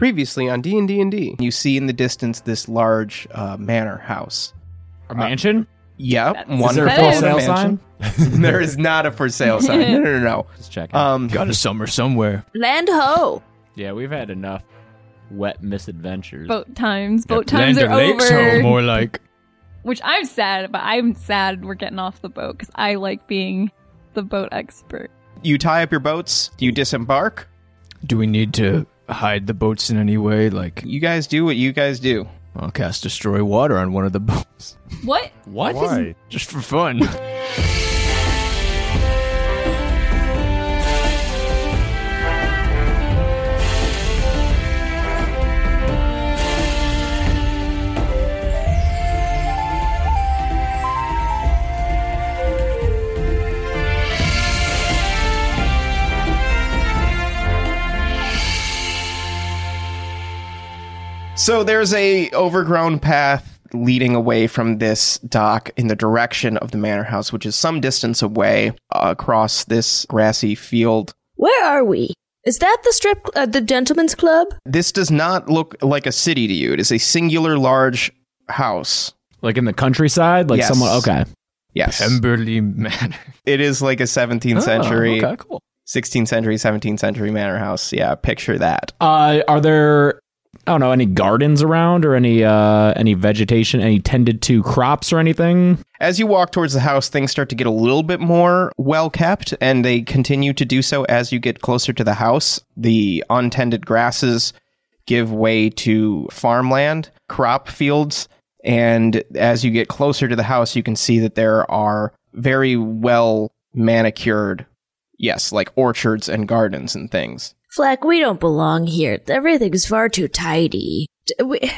previously on D and D and D. You see in the distance this large uh, manor house. A mansion? Yep, That's- one Is there a full for sale sign? there is not a for sale sign. No, no, no. Just checking. no. Um, Got a summer somewhere. Land ho! yeah, we've had enough wet misadventures. Boat times. Boat Yeah, times Land are of Lakes over. Home, more like. Which I'm sad, but I'm sad we're getting off the boat because I like being the boat expert. you tie up your boats. You disembark. Do we need to hide the boats in any way? Like, You guys do what you guys do. I'll cast destroy water on one of the boats What? what? Why? just for fun. So there's a overgrown path leading away from this dock in the direction of the manor house, which is some distance away uh, across this grassy field. Where are we? Is that the strip, uh, the gentleman's club? This does not look like a city to you. It is a singular large house. Like in the countryside? Like Yes. someone. Okay. Yes. Pemberley Manor. It is like a 17th century, Oh, okay, cool. 16th century, 17th century manor house. Yeah, picture that. Uh, are there? I don't know any gardens around or any uh, any vegetation, any tended to crops or anything. As you walk towards the house, things start to get a little bit more well kept, and they continue to do so as you get closer to the house. The untended grasses give way to farmland, crop fields, and as you get closer to the house, you can see that there are very well manicured, yes, like orchards and gardens and things. Flack, we don't belong here. Everything's far too tidy. D- uh, we,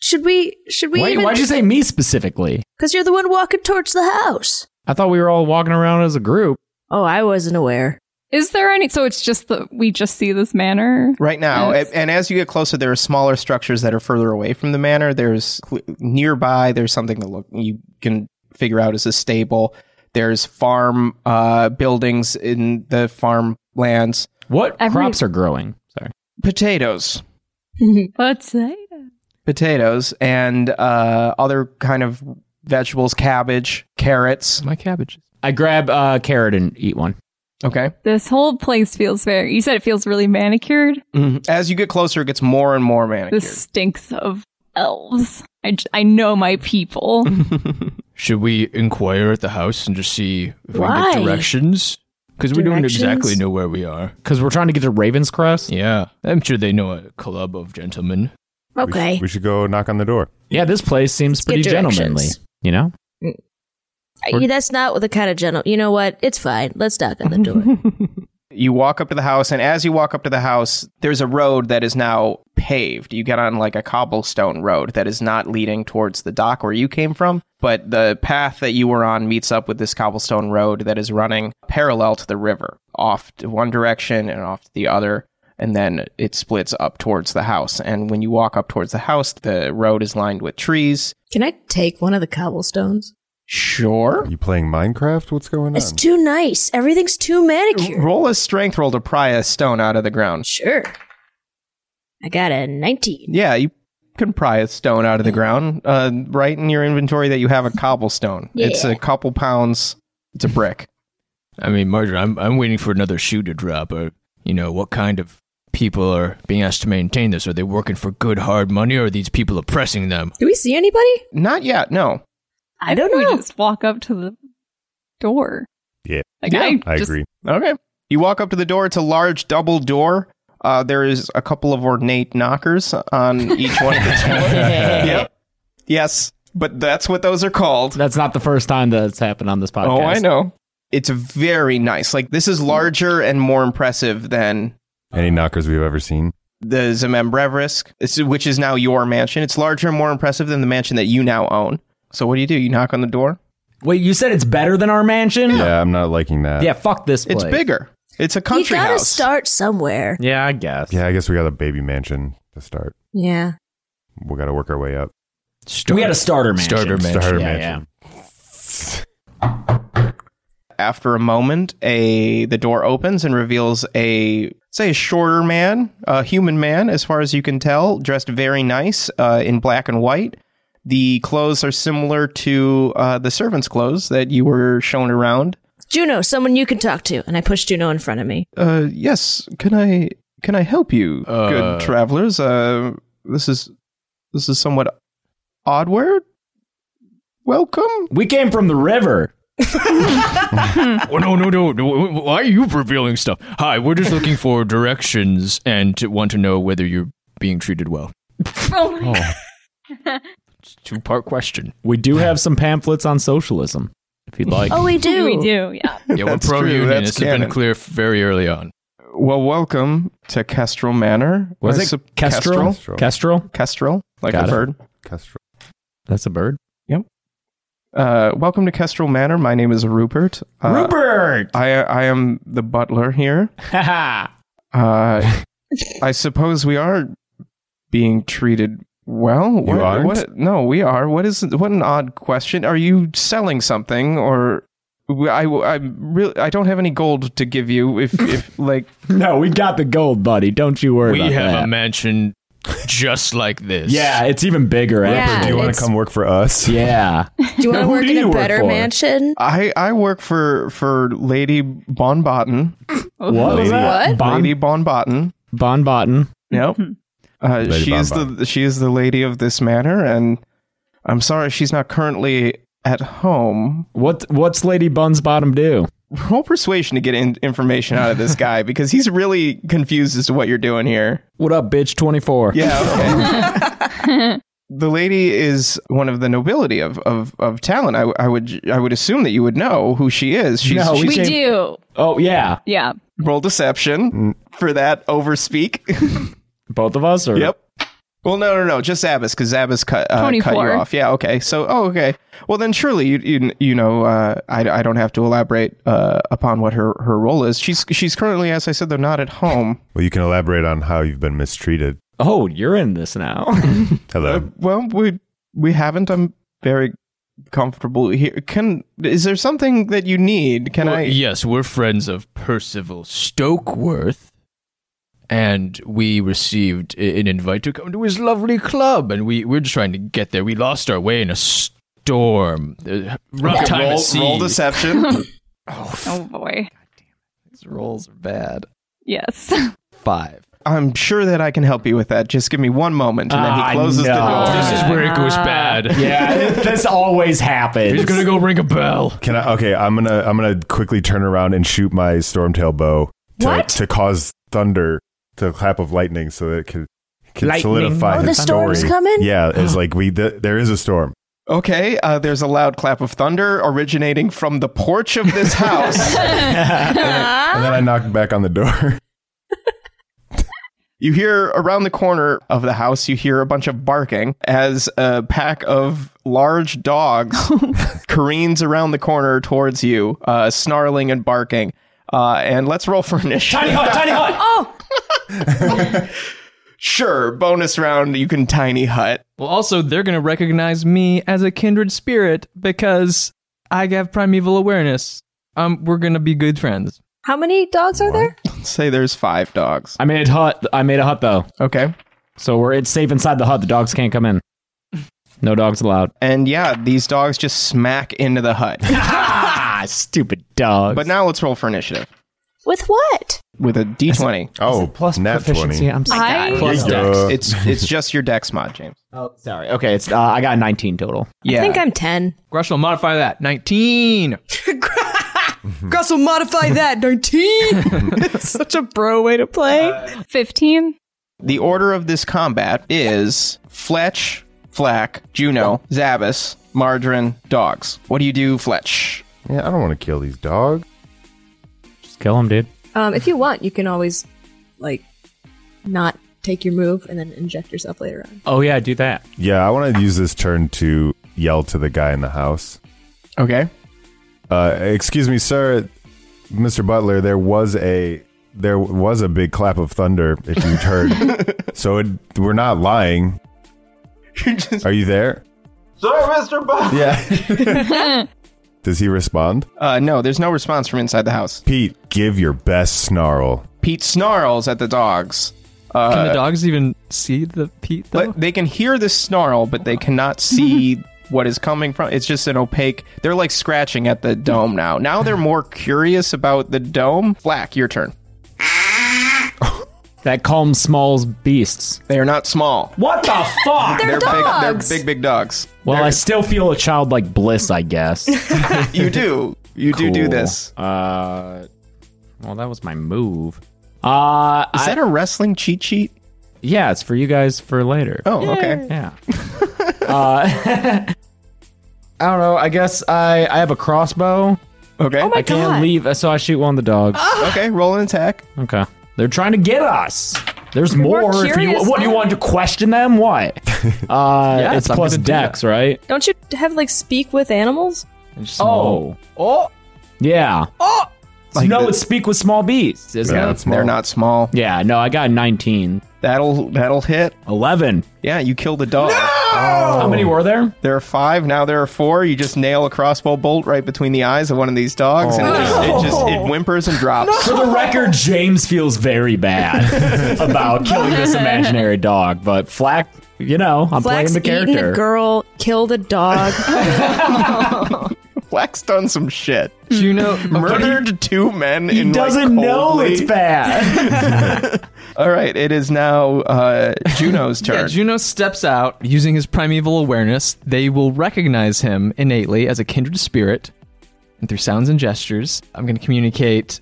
should we? Should we? Wait, even, why'd you say me specifically? Because you're the one walking towards the house. I thought we were all walking around as a group. Oh, I wasn't aware. Is there any? So it's just that we just see this manor. Right now, Yes. a- and as you get closer, there are smaller structures that are further away from the manor. There's cl- nearby. There's something that look you can figure out as a stable. There's farm uh, buildings in the farmlands. What Every- crops are growing? Sorry. Potatoes, What's that? potatoes, and uh, other kind of vegetables, cabbage, carrots. My cabbages. I grab a carrot and eat one. Okay. This whole place feels very. You said it feels really manicured. Mhm. As you get closer, it gets more and more manicured. This stinks of elves. I, j- I know my people. Should we inquire at the house and just see if we Why? can get directions? Because we don't Directions? exactly know where we are. Because we're trying to get to Ravenscrest. Yeah, I'm sure they know a club of gentlemen. We sh- Okay. We, should go knock on the door. Yeah, this place seems Let's pretty get gentlemanly. directions. You know? Uh, That's not the kind of gentle. You know what? It's fine. Let's knock on the door. You walk up to the house, and as you walk up to the house, there's a road that is now paved. You get on like a cobblestone road that is not leading towards the dock where you came from, but the path that you were on meets up with this cobblestone road that is running parallel to the river, off to one direction and off to the other, and then it splits up towards the house. And when you walk up towards the house, the road is lined with trees. Can I take one of the cobblestones? Sure. Are you playing Minecraft? What's going on? It's too nice. Everything's too manicured. Roll a strength roll to pry a stone out of the ground. Sure. I got a 19. Yeah, you can pry a stone out of the ground. Uh, right in your inventory that you have a cobblestone. It's a Yeah. couple pounds. It's a brick. I mean, Marjorie, I'm I'm waiting for another shoe to drop. Or you know, what kind of people are being asked to maintain this? Are they working for good hard money, or are these people oppressing them? Do we see anybody? Not yet. No. I don't think know. We just walk up to the door. Yeah. Like Yeah, I, I just, agree. Okay. You walk up to the door. It's a large double door. Uh, there is a couple of ornate knockers on each one of the doors. yep. Yes, but that's what those are called. That's not the first time that's happened on this podcast. Oh, I know. It's very nice. Like this is larger and more impressive than Any knockers we've ever seen? the Zemembrevrisk, this is- which is now your mansion. It's larger and more impressive than the mansion that you now own. So what do you do? You knock on the door. Wait, you said it's better than our mansion? Yeah, I'm not liking that. Yeah, fuck this It's place. bigger. It's a country you gotta house. start somewhere. Yeah, I guess. Yeah, I guess we got a baby mansion to start. Yeah. We got to work our way up. We had a starter mansion. Starter mansion. Starter yeah, mansion. After a moment, a the door opens and reveals a say a shorter man, a human man, as far as you can tell, dressed very nice uh, in black and white. The clothes are similar to uh, the servants' clothes that you were shown around. Juno, someone you can talk to. And I push Juno in front of me. Uh, yes. Can I can I help you, good travelers? Uh, this is this is somewhat oddward. Welcome. We came from the river. Oh, no, no, no, no. Why are you revealing stuff? Hi, we're just looking for directions and to want to know whether you're being treated well. Oh my God. Two part question. We do have some pamphlets on socialism, if you'd like. Oh, we do. We do, yeah. Yeah, we're That's true, pro union. that's This has been canon. clear f- very early on. Well, welcome to Kestrel Manor. Was I it sup- Kestrel? Kestrel? Kestrel? Kestrel, like Got a it. bird. Kestrel. That's a bird. Uh, welcome to Kestrel Manor. My name is Rupert. Uh, Rupert! I I am the butler here. Haha. Uh, I suppose we are being treated well. What, aren't? what- no, we are. What is? What an odd question. Are you selling something or? I I really I don't have any gold to give you. If if like no, we got the gold, buddy. Don't you worry We about have that. a mansion just like this. yeah, it's even bigger, Yeah. actually. Do you want to it's- come work for us? Yeah. Do you want to Who work do in you a work better for? mansion? I I work for for Lady Bonbotten. What was that? Bon, Lady Bonbotten. bon Botten. Yep. Uh, Lady she is Bonbon. the she is the lady of this manor, and I'm sorry she's not currently at home. What, what's Lady Bun's bottom do? Roll persuasion to get in- information out of this guy because he's really confused as to what you're doing here. What up, bitch? 24. Yeah. Okay. the lady is one of the nobility of of, of Talon. I, w- I would I would assume that you would know who she is. She's, No, she We We came- do. Oh, yeah. Yeah. roll Mm. deception for that overspeak. Both of us? Or? Yep. Well, no, no, no, just Abbas because Abbas cut uh, cut you 24. off. Yeah, okay. So, oh, okay. Well, then surely you you, you know uh, I, I don't have to elaborate uh, upon what her, her role is. She's she's currently, as I said, though not at home. Well, you can elaborate on how you've been mistreated. Oh, you're in this now. Uh, Hello. well, we we haven't. I'm very comfortable here. Can is there something that you need? Can Well, I? Yes, we're friends of Percival Stokeworth, and we received a- an invite to come to his lovely club, and we we're just trying to get there. We lost our way in a storm. Uh, rough Okay, time roll, at sea. roll deception. Oh boy. These rolls are bad. Yes. Five. I'm sure that I can help you with that. Just give me one moment, and then Ah, he closes no. the door. this is where it Ah. goes bad. yeah, this always happens. He's gonna go ring a bell. Can I? Okay, I'm gonna I'm gonna quickly turn around and shoot my stormtail bow to, What? to cause thunder, to clap of lightning, so that it can, can Lightning. solidify. Oh, his the storm's story. coming? Yeah, it's like we th- there is a storm. Okay, uh, there's a loud clap of thunder originating from the porch of this house. And Ah. then I knocked back on the door. you hear around the corner of the house, you hear a bunch of barking as a pack of large dogs Oh. careens around the corner towards you, uh, snarling and barking. Uh, and let's roll for initiative. Tiny hut, tiny hut. Oh, Sure, bonus round, you can tiny hut. Well, also, they're going to recognize me as a kindred spirit because I have primeval awareness. Um, we're going to be good friends. How many dogs are there? Say there's five dogs. I made hut. I made a hut though, Okay. so we're it's safe inside the hut. The dogs can't come in. No dogs allowed. And yeah, these dogs just smack into the hut. ah, stupid dogs. but now let's roll for initiative With what? with a d20. Oh, plus nat twenty. I'm sorry. I, Plus Yeah. dex. It's it's just your dex mod, James. Oh, sorry. Okay, it's uh, I got 19 total. Yeah. I think I'm 10. Grush will modify that. 19. Gus will modify that, 19! it's such a bro way to play. 15. The order of this combat is Fletch, Flack, Juno, Zabas, Margarine, dogs. What do you do, Fletch? Yeah, I don't want to kill these dogs. Just kill him, dude. um, if you want, you can always, like, not take your move and then inject yourself later on. Oh yeah, do that. Yeah, I want to use this turn to yell to the guy in the house. Okay. Uh, excuse me, sir, Mr. Butler. There was a there was a big clap of thunder. If you'd heard, so it, we're not lying. You're just Are you there? Sir, Mr. Butler. Yeah. Does he respond? uh, no. There's no response from inside the house. Pete, give your best snarl. Pete snarls at the dogs. Can Uh, the dogs even see the Pete though? But they can hear the snarl, but they cannot see what is coming from. It's just an opaque. They're like scratching at the dome now. Now they're more curious about the dome. Flack, your turn. That calms smalls beasts. They are not small. What the fuck? They're, dogs! big. They're big, big dogs. well, I still feel a childlike bliss, I guess. You do. You do do Cool. this. Uh, well, that was my move. Uh, Is I- that a wrestling cheat sheet? yeah, it's for you guys for later. Oh, okay. Yeah. uh, I don't know. I guess I I have a crossbow. Okay. I can't leave, so I shoot one of the dogs. okay. Roll an attack. Okay. They're trying to get us. There's more. If you, curious what you want to question them? What? Uh, Yes, it's I'm plus gonna do dex, right? Don't you have like speak with animals? Oh. Oh, Yeah. Oh. no, the- it's speak with small beasts, isn't Yeah, it? it's small. They're not small. Yeah. No, I got 19. That'll that'll hit. 11. Yeah, you kill the dog. How many were there? There are five. Now there are four. You just nail a crossbow bolt right between the eyes of one of these dogs, and it just, it just it whimpers and drops. For the record, James feels very bad about killing this imaginary dog, but Flack, you know, I'm Flax playing the eaten a character. girl, killed a dog. Black's done some shit. Juno Murdered two men. He in, like, doesn't know coldly- it's bad. All right, it is now uh, Juno's turn. Yeah, Juno steps out using his primeval awareness. They will recognize him innately as a kindred spirit. And through sounds and gestures, I'm going to communicate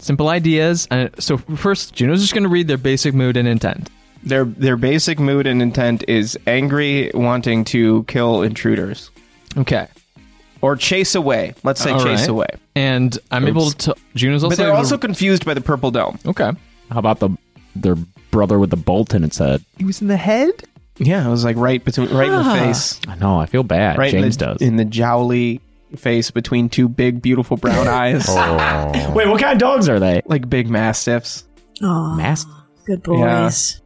simple ideas. Uh, so, first, Juno's just going to read their basic mood and intent. their their basic mood and intent is angry, wanting to kill intruders Okay. or chase away. Let's say All chase right. away. And I'm able to. Juno's But also. they're able also to- confused by the purple dome. okay. How about the their brother with the bolt in its head? He was in the head? Yeah, it was like right between, right in Ah. the face, I know. I feel bad. right James in the, does. in the jowly face between two big, beautiful brown eyes, Oh. Wait, what kind of dogs are they? like big mastiffs. Aw, Mast. good boys.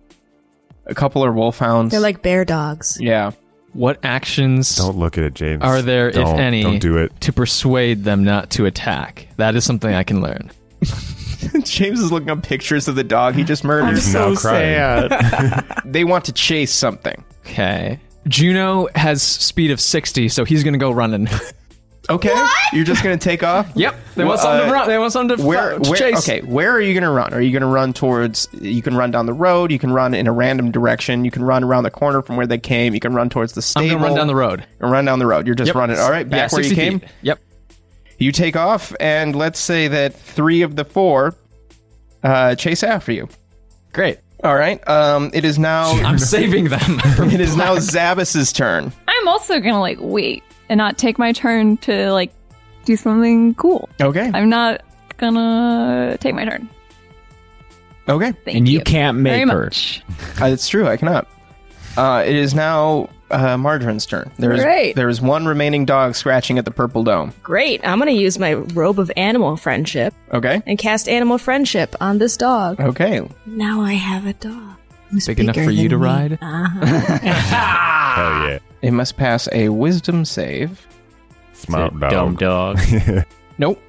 A couple are wolfhounds. They're like bear dogs. yeah, What actions Don't look at it, James. are there, if Don't- any, Don't do it. to persuade them not to attack? That is something I can learn. James is looking up pictures of the dog he just murdered. so crying. they want to chase something. Okay. Juno has speed of 60, so he's going to go running. Okay, you're just gonna take off. Yep. They Well, want something uh, to run. They want something to, fu- Where, to where chase. okay, where are you going to run? Are you going to run towards you can run down the road, you can run in a random direction, you can run around the corner from where they came, you can run towards the I'm stable. gonna run down the road. And run down the road. You're just running. All right, back Yeah, where you 60 came. feet. Yep. You take off and let's say that 3 of the 4 uh, chase after you. Great. All right. Um it is now I'm saving them. it is now Zabas's turn. I'm also gonna like wait and not take my turn to like do something cool. Okay. I'm not gonna take my turn. Okay. Thank And you, you can't very make her. much. Uh, it's true. I cannot. Uh, it is now uh, Margarine's turn. There is Great. there is one remaining dog scratching at the purple dome. Great. I'm gonna use my robe of animal friendship Okay. and cast animal friendship on this dog. Okay. Now I have a dog. Who's Big enough bigger for you than to me. Uh-huh. ride? Hell yeah. It must pass a wisdom save. Smart dog. Dumb dog. Nope.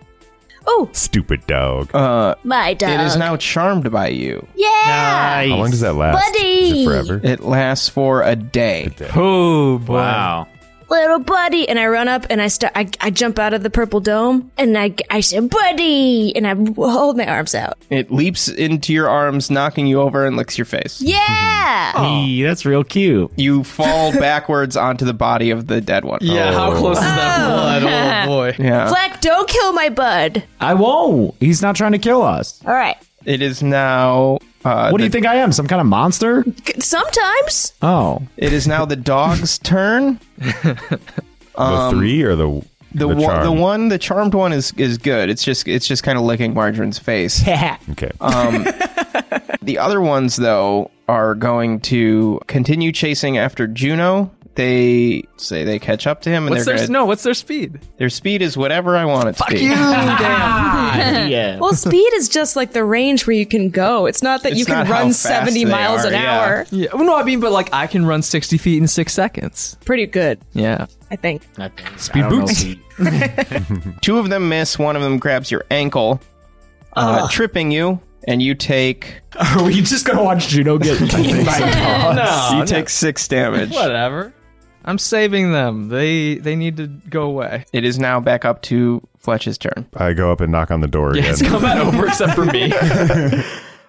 Oh, Stupid dog. Uh, my dog. it is now charmed by you. Yeah. How long does that last? Buddy! Is it forever? It lasts for a day. Oh boy! Wow. little buddy and i run up and i start I, I jump out of the purple dome and i i say buddy and i hold my arms out It leaps into your arms, knocking you over and licks your face. yeah Oh. Oh. Hey, that's real cute. You fall backwards onto the body of the dead one. Oh. Yeah, how close is that blood? Oh boy! Yeah. black don't kill my bud I won't. He's not trying to kill us. all right It is now. Uh, What do the- you think I am? Some kind of monster? G- sometimes Oh. It is now the dog's turn. the three or the um, The, the, one, charm? the one, the charmed one is is good. It's just it's just kind of licking Margarine's face. Yeah. Okay. The other ones, though, are going to continue chasing after Juno. They say they catch up to him, and What's they're their gonna, no? What's their speed? their speed is whatever I want it to be. yeah. Well, speed is just like the range where you can go. It's not that you It's can not how run fast 70 they miles are, an yeah. hour. Yeah. Well, no, I mean, but like I can run sixty feet in six seconds. Pretty good, Yeah. I think. Speed boots. Two of them miss. One of them grabs your ankle, uh, tripping you, and you take Are we just gonna watch Juno get eaten by dogs? you take six damage. Whatever. I'm saving them. They they need to go away. It is now back up to Fletch's turn. I go up and knock on the door again. It's combat over except for me.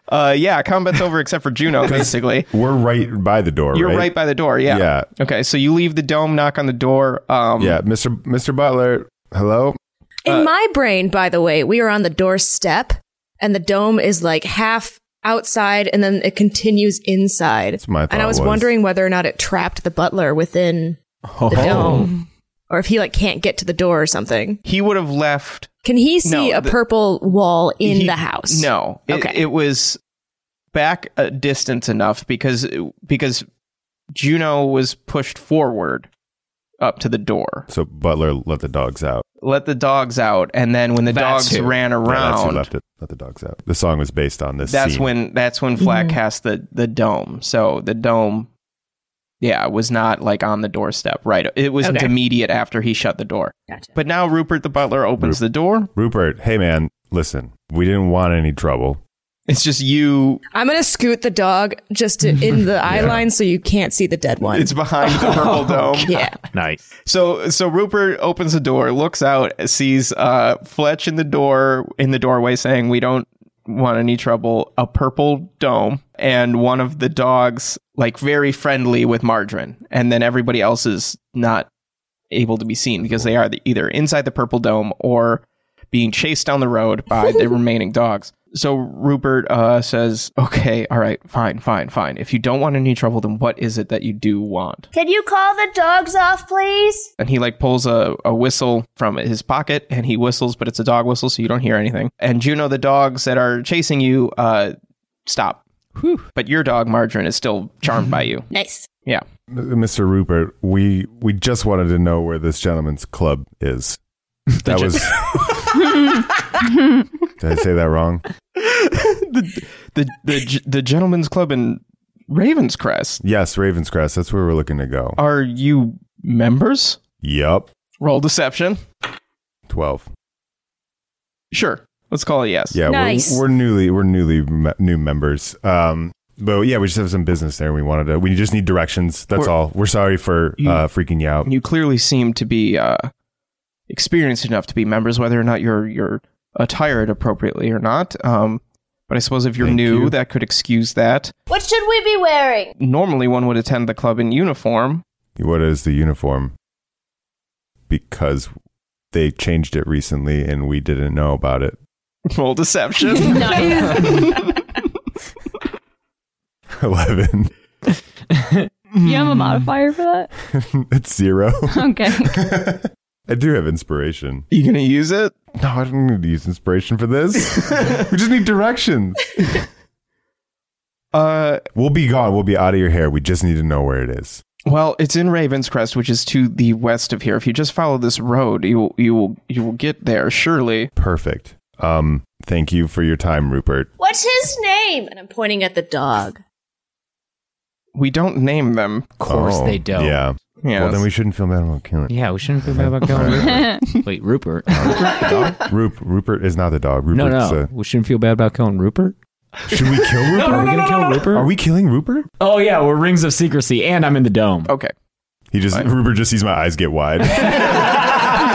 Uh, yeah, combat's over except for Juno, basically. We're right by the door. You're right? right by the door. Yeah. Yeah. Okay, so you leave the dome, knock on the door. Um, Yeah, Mr. Mr. Butler. Hello. In my brain, by the way, we are on the doorstep, and the dome is like half outside, and then it continues inside. That's my and I thought was, was. wondering whether or not it trapped the butler within the dome, or if he like can't get to the door or something. He would have left Can he see No, a the- purple wall in he- the house? No. It, Okay. It was back a distance enough because because Juno was pushed forward up to the door. So Butler let the dogs out. Let the dogs out, and then when the That's dogs who. ran Yeah, that's who around, left it. Let the dogs out. The song was based on this. that's scene. when that's when Flat Mm-hmm. cast the the dome. So the dome, yeah, was not like on the doorstep. Right, it wasn't Okay. immediate after he shut the door. Gotcha. But now Rupert the butler opens Rup- the door. Rupert. Hey man, listen. We didn't want any trouble. It's just you. I'm going to scoot the dog just to, in the eye line so you can't see the dead one. It's behind Oh, the purple dome. yeah. Nice. So so Rupert opens the door, looks out, sees uh, Fletch in the door in the doorway saying, "We don't want any trouble." A purple dome and one of the dogs like very friendly with Margarine, and then everybody else is not able to be seen because they are the, either inside the purple dome or being chased down the road by the remaining dogs. So Rupert uh, says, "Okay, all right, fine, fine, fine. If you don't want any trouble, then what is it that you do want?" Can you call the dogs off, please? and he like pulls a, a whistle from his pocket and he whistles but it's a dog whistle so you don't hear anything and juno the dogs that are chasing you uh stop but your dog margarine is still charmed by you Nice. yeah M- Mr. Rupert, we we just wanted to know where this gentleman's club is. That was. Did I say that wrong? the, the the g- the gentleman's club in ravenscrest Yes, Ravenscrest. That's where we're looking to go. are you members Yup. roll deception Twelve. sure let's call it yes Yeah, Nice. we're, we're newly we're newly me- new members. Um, but yeah, we just have some business there. We wanted to. We just need directions. That's We're- all. We're sorry for You- uh, freaking you out. you clearly seem to be uh experienced enough to be members whether or not you're you're attired appropriately or not um but I suppose if you're Thank new, you. that could excuse that. What should we be wearing? normally one would attend the club in uniform. what is the uniform? Because they changed it recently, and we didn't know about it. Roll deception. Eleven. you have a modifier for that? it's zero. Okay. I do have inspiration. you gonna use it? No, I don't need to use inspiration for this. we just need directions. Uh, We'll be gone. We'll be out of your hair. We just need to know where it is. well, it's in Ravenscrest, which is to the west of here. If you just follow this road, you will, you will, you will get there surely. Perfect. Um, thank you for your time, Rupert. What's his name? And I'm pointing at the dog. We don't name them. Of course Oh, they don't. Yeah. Yeah. Well, then we shouldn't feel bad about killing. Yeah, we shouldn't feel bad about killing Rupert. Wait, Rupert? Rup- Rupert is not the dog. Rupert's no, no. We shouldn't feel bad about killing Rupert. A, should we kill Rupert? Are we gonna kill Rupert? Are we killing Rupert? Oh yeah, we're rings of secrecy, and I'm in the dome. okay. He just Rupert just sees my eyes get wide.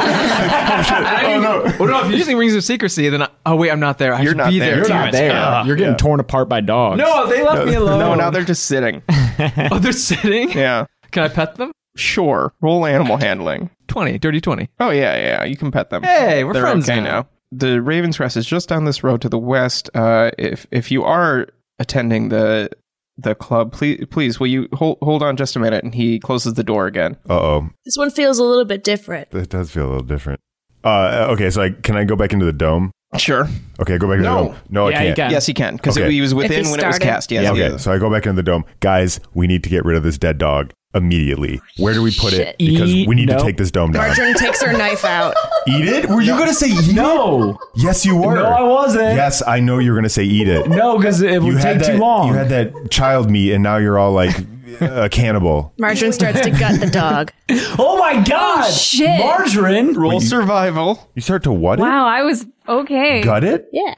oh no! Well, no, if you're using rings of secrecy, then I, oh wait, I'm not there. I You're should not be there. there. You're You're not Damn it. Ah. there. Ugh. You're getting torn apart by dogs. no, they left me alone. No, now they're just sitting. oh, they're sitting. Yeah. Can I pet them? Sure. Roll animal handling. Twenty, dirty twenty. Oh yeah, yeah. You can pet them. Hey, we're They're friends okay now. now. The Raven's Rest is just down this road to the west. Uh, if if you are attending the the club, please please will you hold hold on just a minute? And he closes the door again. Uh oh, This one feels a little bit different. that does feel a little different. Uh, okay, so I, can I go back into the dome? Sure. Okay, go back into No. the dome. No, Yeah, I you can't. can. Yes, he can because Okay. he was he within when it was started. cast. Yes, Yeah, he okay, is. so I go back into the dome. Guys, we need to get rid of this dead dog immediately. Where do we put it? Because we need No. to take this dome down. Marjorie takes her knife out. Eat it? Were you going to say eat No, it? Yes, you were. no, I wasn't. Yes, I know you were going to say eat it. No, because it you would had take that, too long. You had that child meat, and now you're all like a cannibal. Marjorie starts to gut the dog. oh my god! shit. Margarine. Roll survival. You start to what? Wow, I was okay. It? Gut it? Yeah.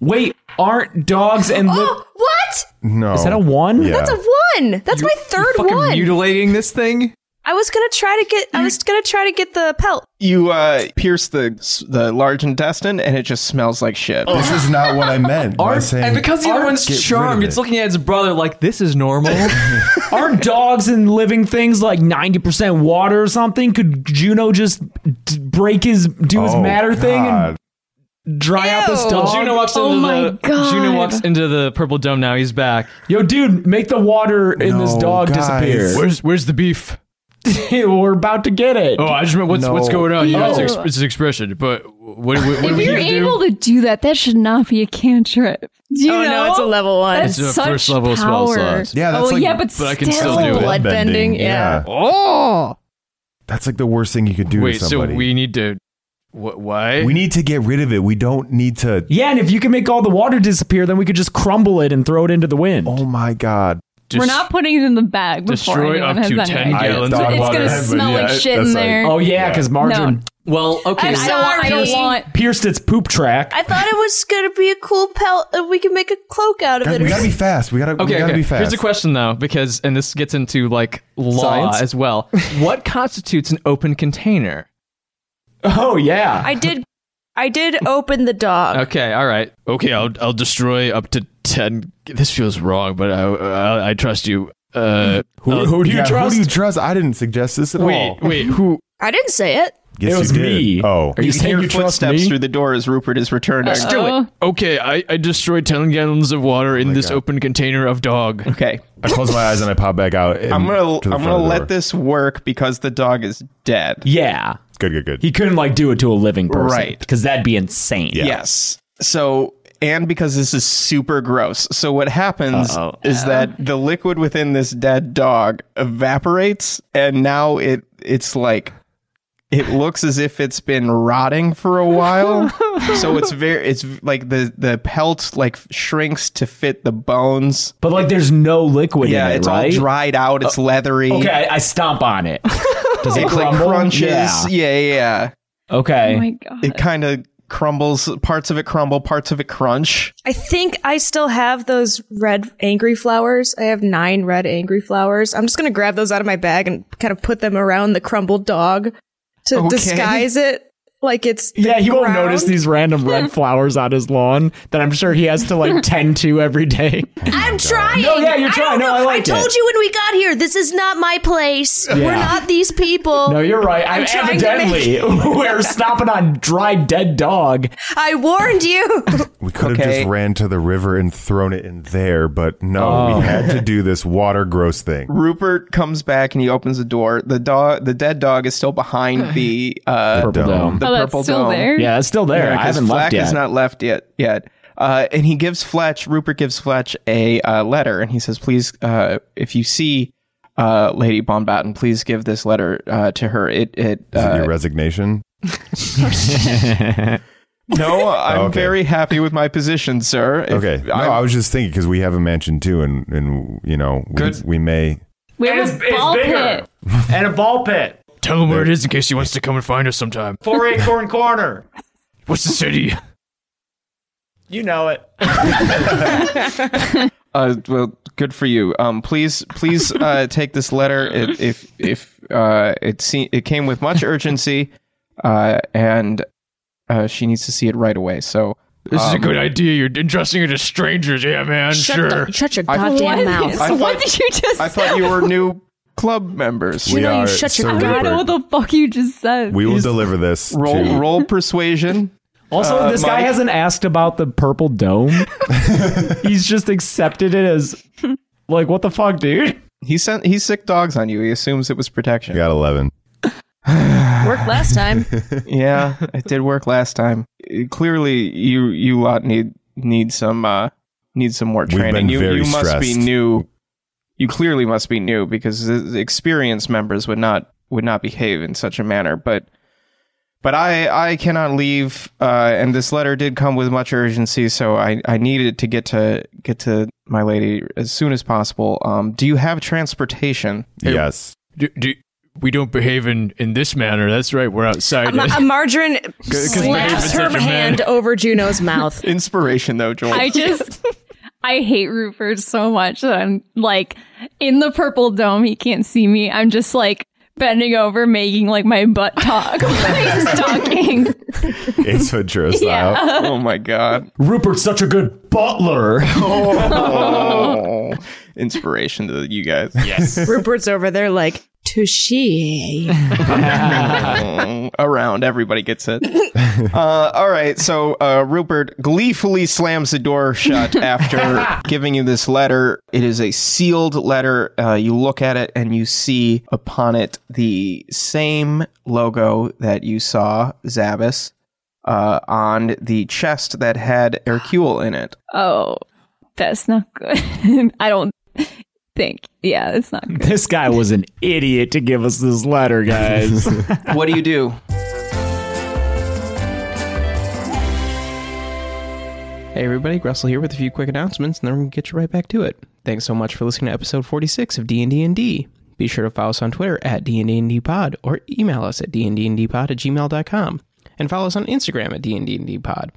Wait, aren't dogs and Oh, what? No. Is that a one? Yeah. That's a one. That's my third Fucking one. mutilating this thing. I was gonna try to get. I was gonna try to get the pelt. You uh, pierce the the large intestine, and it just smells like shit. this is not what I meant by saying. And because the other one's Get rid of charmed, it. it's looking at its brother like this is normal. aren't dogs and living things like ninety percent water or something? Could Juno just d- break his do his Oh, matter thing God. and dry out this Ew. dog? Juno walks into Oh my the God. Juno walks into the purple dome now. He's back. Yo, dude, make the water in this No, dog guys. disappear. Where's where's the beef? We're about to get it. Oh, I just remember what's No. what's going on. You know, it's, Ew. ex- it's an expression, but what, what, what are If we you're gonna do? able to do that, that should not be a cantrip. Do you oh know? no, it's a level one. That's It's a such first level spell power. slot. Yeah, that's oh like- yeah, but, but I can still, still do it. Blood. Blood bending, yeah. oh, That's like the worst thing you could do wait. to somebody. So we need to. What? Why? we need to get rid of it. We don't need to. yeah, and if you can make all the water disappear, then we could just crumble it and throw it into the wind. Oh my God. We're Just- not putting it in the bag before Destroy anyone up has to any 10 idea. gallons So of it's water. gonna Heaven, smell yeah, like shit that's in like- there. Oh, yeah, because margarine Well, okay. And I don't want. I don't sorry. want. pierced its poop track. I thought it was gonna be a cool pelt and we could make a cloak out of Guys, it. we or gotta be fast. We gotta, we Okay, gotta okay. be fast. Here's a question though, because and this gets into like law Science? as well. What constitutes an open container? Oh yeah. I did. I did open the dog. Okay, all right. Okay, I'll I'll destroy up to ten. This feels wrong, but I I, I trust you. Uh, I'll- Yeah, Who do you trust? I didn't suggest this at all. wait, wait. Who? I didn't say it. Yes, it was you me. did. Oh, are you, can saying hear you trust footsteps me? through the door as Rupert is returning. Uh, Oh. Okay, I I destroyed ten gallons of water Oh in this open container of dog. okay, I close my eyes and I pop back out. and I'm gonna to the I'm front gonna of the let door. this work because the dog is dead. yeah. Good, good, good. He couldn't like do it to a living person, Right. Because that'd be insane. Yeah. Yes. So, and because this is super gross. So, what happens is that the liquid within this dead dog evaporates, and now it it's like it looks as if it's been rotting for a while. so it's very it's like the the pelt like shrinks to fit the bones. But like, there's no liquid Yeah, in it, it's right? Oh, all dried out. It's leathery. Okay, I, I stomp on it. Does it It like crumble? crunches. Yeah. yeah, yeah. yeah. Okay. Oh my god. It kind of crumbles. Parts of it crumble. Parts of it crunch. I think I still have those red angry flowers. I have nine red angry flowers. I'm just gonna grab those out of my bag and kind of put them around the crumbled dog to Okay. disguise it like it's the yeah, he won't ground. notice these random red flowers on his lawn that I'm sure he has to like tend to every day. I'm trying. No, yeah, you're I trying. don't No, know. I like I it. told you when we got here, this is not my place. We're not these people. No, you're right. I'm, trying to evidently we're stomping on dried dead dog. I warned you. We could have Okay. just ran to the river and thrown it in there, but no, Oh. we had to do this water gross thing. Rupert comes back and he opens the door. The dog, the dead dog, is still behind the uh, Purple dome. the oh, that's purple still dome. there. Yeah, it's still there. Yeah, I 'cause haven't Flack left yet. Is not left yet. Yet, uh, and he gives Fletch. Rupert gives Fletch a uh, letter, and he says, "Please, uh, if you see uh, Lady Bonbatten, please give this letter uh, to her. It, it, Is it uh, your resignation? no, I'm okay. very happy with my position, sir. If Okay. No, I'm- I was just thinking because we have a mansion too, and and you know we, we may. We have It's- a it's ball bigger. pit. and a ball pit. Tell him where it is in case he wants to come and find us sometime. Four acorn corner. What's the city? You know it. Uh, well, good for you. Um, please, please uh, take this letter. It, if if uh, it se- it came with much urgency, uh, and uh, she needs to see it right away. So um, This is a good idea. You're entrusting it to strangers. Yeah, man. sure. shut your I- goddamn What? mouth. I what thought- did you just? I thought you were new club members. We know you are shut your Sir I don't know what the Rupert. fuck you just said. We will deliver this. Roll to- roll persuasion. Also, Uh, this guy Mike? hasn't asked about the purple dome. He's just accepted it as like, what the fuck, dude? He sent he sick dogs on you. He assumes it was I protection. got eleven. Worked last time. yeah, it did work last time. Uh, Clearly, you you lot need need some uh, need some more We've training. been you very you must be stressed. new. You clearly must be new because the- the experienced members would not would not behave in such a manner. But but I I cannot leave, uh, and this letter did come with much urgency, so I I needed to get to get to my lady as soon as possible. Um, do you have transportation? yes. Do, do, we don't behave in, in this manner. That's right. We're outside. Ma- uh, Margarine slaps Benjamin's her such a man. hand over Juno's mouth. Inspiration though, Joel. I just I hate Rupert so much that I'm like in the purple dome. He can't see me. I'm just like bending over, making like my butt talk. Like, just talking. Ace Ventura style. Yeah. oh my god. Rupert's such a good butler. Oh. Inspiration to you guys. Yes. Rupert's over there like, touche. Around. Everybody gets it. Uh, all right. So uh, Rupert gleefully slams the door shut after giving you this letter. It is a sealed letter. Uh, you look at it and you see upon it the same logo that you saw, Zabas, uh, on the chest that had Hercule in it. Oh, that's not good. I don't think. Yeah, it's not good. This guy was an idiot to give us this letter, guys. What do you do? Hey everybody, Russell here with a few quick announcements, and then we'll get you right back to it. Thanks so much for listening to episode 46 of D&D and D. Be sure to follow us on Twitter at D&D Pod or email us at dndndpod at gmail.com. And follow us on Instagram at D&D Pod.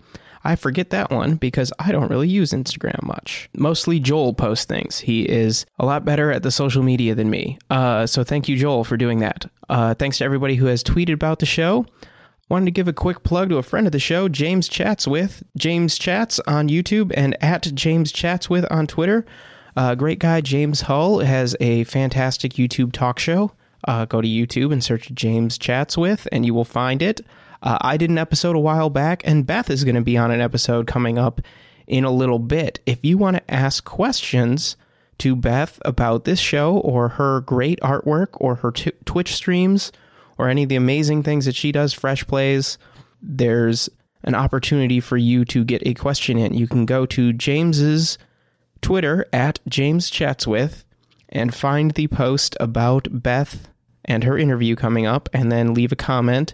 I forget that one because I don't really use Instagram much. Mostly Joel posts things. He is a lot better at the social media than me. Uh, so thank you, Joel, for doing that. Uh, thanks to everybody who has tweeted about the show. Wanted to give a quick plug to a friend of the show, James Chats with James Chats on YouTube and at James Chats with on Twitter. Uh, great guy James Hull has a fantastic YouTube talk show. Uh, go to YouTube and search James Chats with, and you will find it. Uh, I did an episode a while back, and Beth is going to be on an episode coming up in a little bit. If you want to ask questions, to Beth about this show or her great artwork or her t- Twitch streams or any of the amazing things that she does, Fresh Plays, there's an opportunity for you to get a question in. You can go to James's Twitter at James Chatswith and find the post about Beth and her interview coming up, and then leave a comment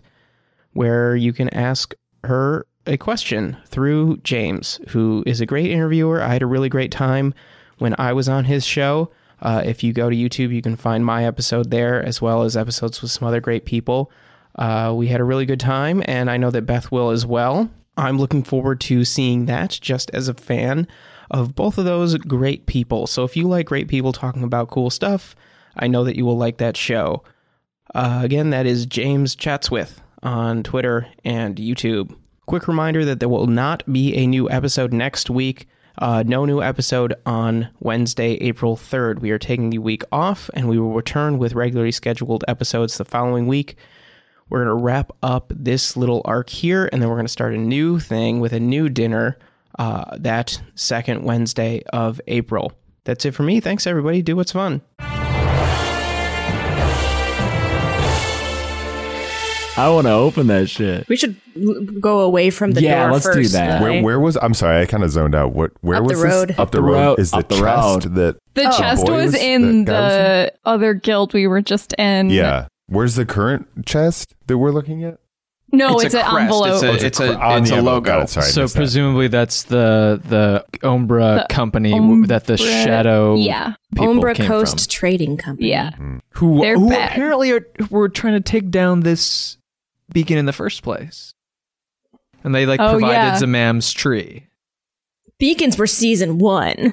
where you can ask her a question through James, who is a great interviewer. I had a really great time when I was on his show. Uh, if you go to YouTube, you can find my episode there, as well as episodes with some other great people. Uh, we had a really good time, and I know that Beth will as well. I'm looking forward to seeing that just as a fan of both of those great people. So if you like great people talking about cool stuff, I know that you will like that show. Uh, again, that is James Chatswith on Twitter and YouTube. Quick reminder that there will not be a new episode next week. Uh, no new episode on Wednesday, April 3rd. We are taking the week off and we will return with regularly scheduled episodes the following week. We're going to wrap up this little arc here and then we're going to start a new thing with a new dinner uh, that second Wednesday of April. That's it for me. Thanks, everybody. Do what's fun. I want to open that shit. We should l- go away from the Yeah, door let's do first, that. though. Where, where was I'm sorry, I kind of zoned out. What where Up the was road. this? Up the road is the up the chest that The Oh. chest Boy, was was in that guy was the other guild we were just in. yeah. Where's the current chest that we're looking at? No, it's, It's a an crest. envelope. It's a- Oh, cr- it's on the a envelope. logo. Got it. Sorry, I so missed that. presumably that's the the Ombra The company w that the Ombra- shadow Yeah. people Ombra came Coast from, Trading Company. Yeah. who, They're who bad. apparently are, were trying to take down this beacon in the first place, and they like Oh, provided yeah. Zamam's tree. Beacons were season one.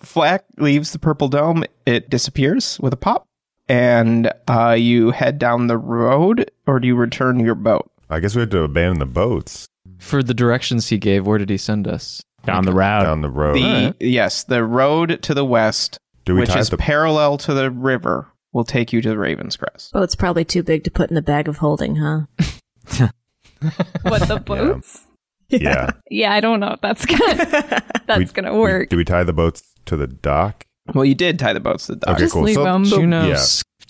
Flack leaves the purple dome. It disappears with a pop, and uh, you head down the road, or do you return to your boat? I guess we have to abandon the boats For the directions he gave, where did he send us? Down the route. down the road. the yes, the road to the west, Do we which tie is the- parallel to the river, will take you to Raven's Crest. Boat's probably too big to put in the bag of holding, huh? What the boats? yeah. Yeah. I don't know if that's gonna that's We- gonna we- work. do we tie the boats to the dock? Well, you did tie the boats to the dock. Okay, Just cool. leave So- 'em. so- Juno yeah.